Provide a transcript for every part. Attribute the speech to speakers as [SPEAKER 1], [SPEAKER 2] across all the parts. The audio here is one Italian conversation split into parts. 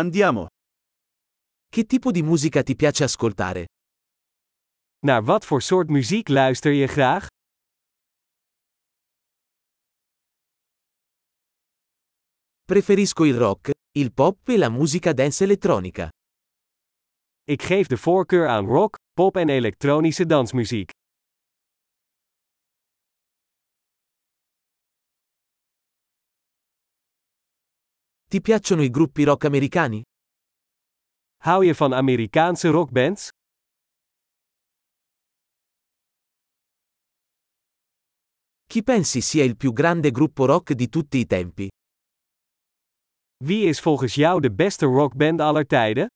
[SPEAKER 1] Andiamo. Che tipo di musica ti piace ascoltare?
[SPEAKER 2] Naar wat voor soort muziek luister je graag?
[SPEAKER 1] Preferisco il rock, il pop e la musica dance elettronica.
[SPEAKER 2] Ik geef de voorkeur aan rock, pop en elektronische dansmuziek.
[SPEAKER 1] Ti piacciono i gruppi rock americani?
[SPEAKER 2] Hou je van Amerikaanse rockbands?
[SPEAKER 1] Chi pensi sia il più grande gruppo rock di tutti i tempi?
[SPEAKER 2] Wie is volgens jou de beste rockband aller tijden?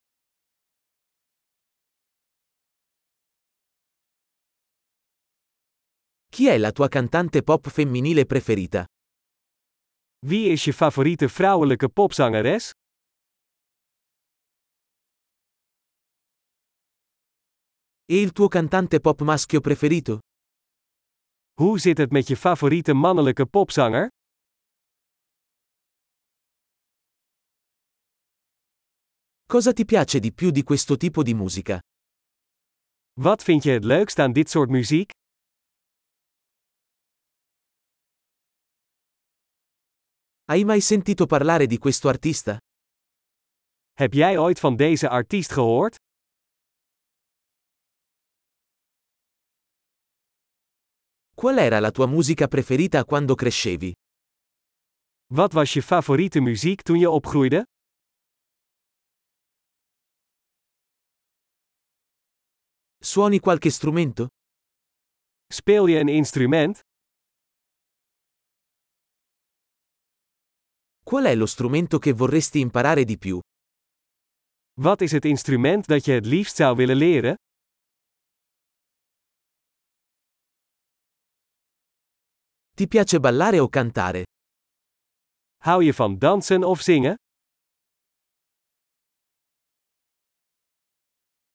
[SPEAKER 1] Chi è la tua cantante pop femminile preferita?
[SPEAKER 2] Wie is je favoriete vrouwelijke popzangeres?
[SPEAKER 1] E il tuo cantante pop maschio preferito?
[SPEAKER 2] Hoe zit het met je favoriete mannelijke popzanger?
[SPEAKER 1] Cosa ti piace di più di questo tipo di musica?
[SPEAKER 2] Wat vind je het leukst aan dit soort muziek?
[SPEAKER 1] Hai mai sentito parlare di questo artista?
[SPEAKER 2] Heb jij ooit van deze artiest gehoord?
[SPEAKER 1] Qual era la tua musica preferita quando crescevi?
[SPEAKER 2] Wat was je favoriete muziek toen je opgroeide?
[SPEAKER 1] Suoni qualche strumento?
[SPEAKER 2] Speel je een instrument?
[SPEAKER 1] Qual è lo strumento che vorresti imparare di più?
[SPEAKER 2] Wat is het instrument dat je het liefst zou willen leren?
[SPEAKER 1] Ti piace ballare o cantare?
[SPEAKER 2] Hou je van dansen of zingen?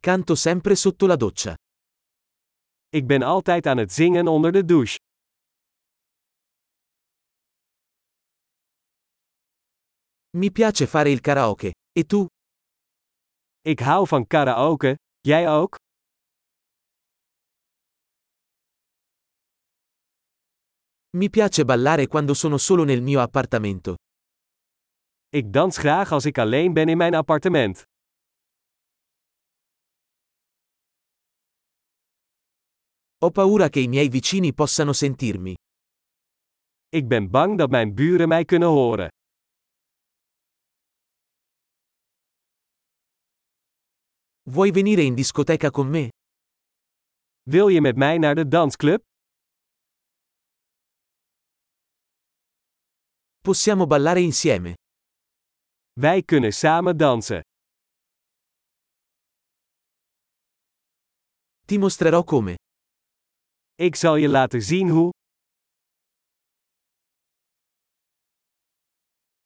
[SPEAKER 1] Canto sempre sotto la doccia.
[SPEAKER 2] Ik ben altijd aan het zingen onder de douche.
[SPEAKER 1] Mi piace fare il karaoke. E tu?
[SPEAKER 2] Ik hou van karaoke, jij ook?
[SPEAKER 1] Mi piace ballare quando sono solo nel mio appartamento.
[SPEAKER 2] Ik dans graag als ik alleen ben in mijn appartement.
[SPEAKER 1] Ho paura che i miei vicini possano sentirmi.
[SPEAKER 2] Ik ben bang dat mijn buren mij kunnen horen.
[SPEAKER 1] Vuoi venire in discoteca con me?
[SPEAKER 2] Wil je met mij naar de dansclub?
[SPEAKER 1] Possiamo ballare insieme.
[SPEAKER 2] Wij kunnen samen dansen.
[SPEAKER 1] Ti mostrerò come.
[SPEAKER 2] Ik zal je laten zien hoe.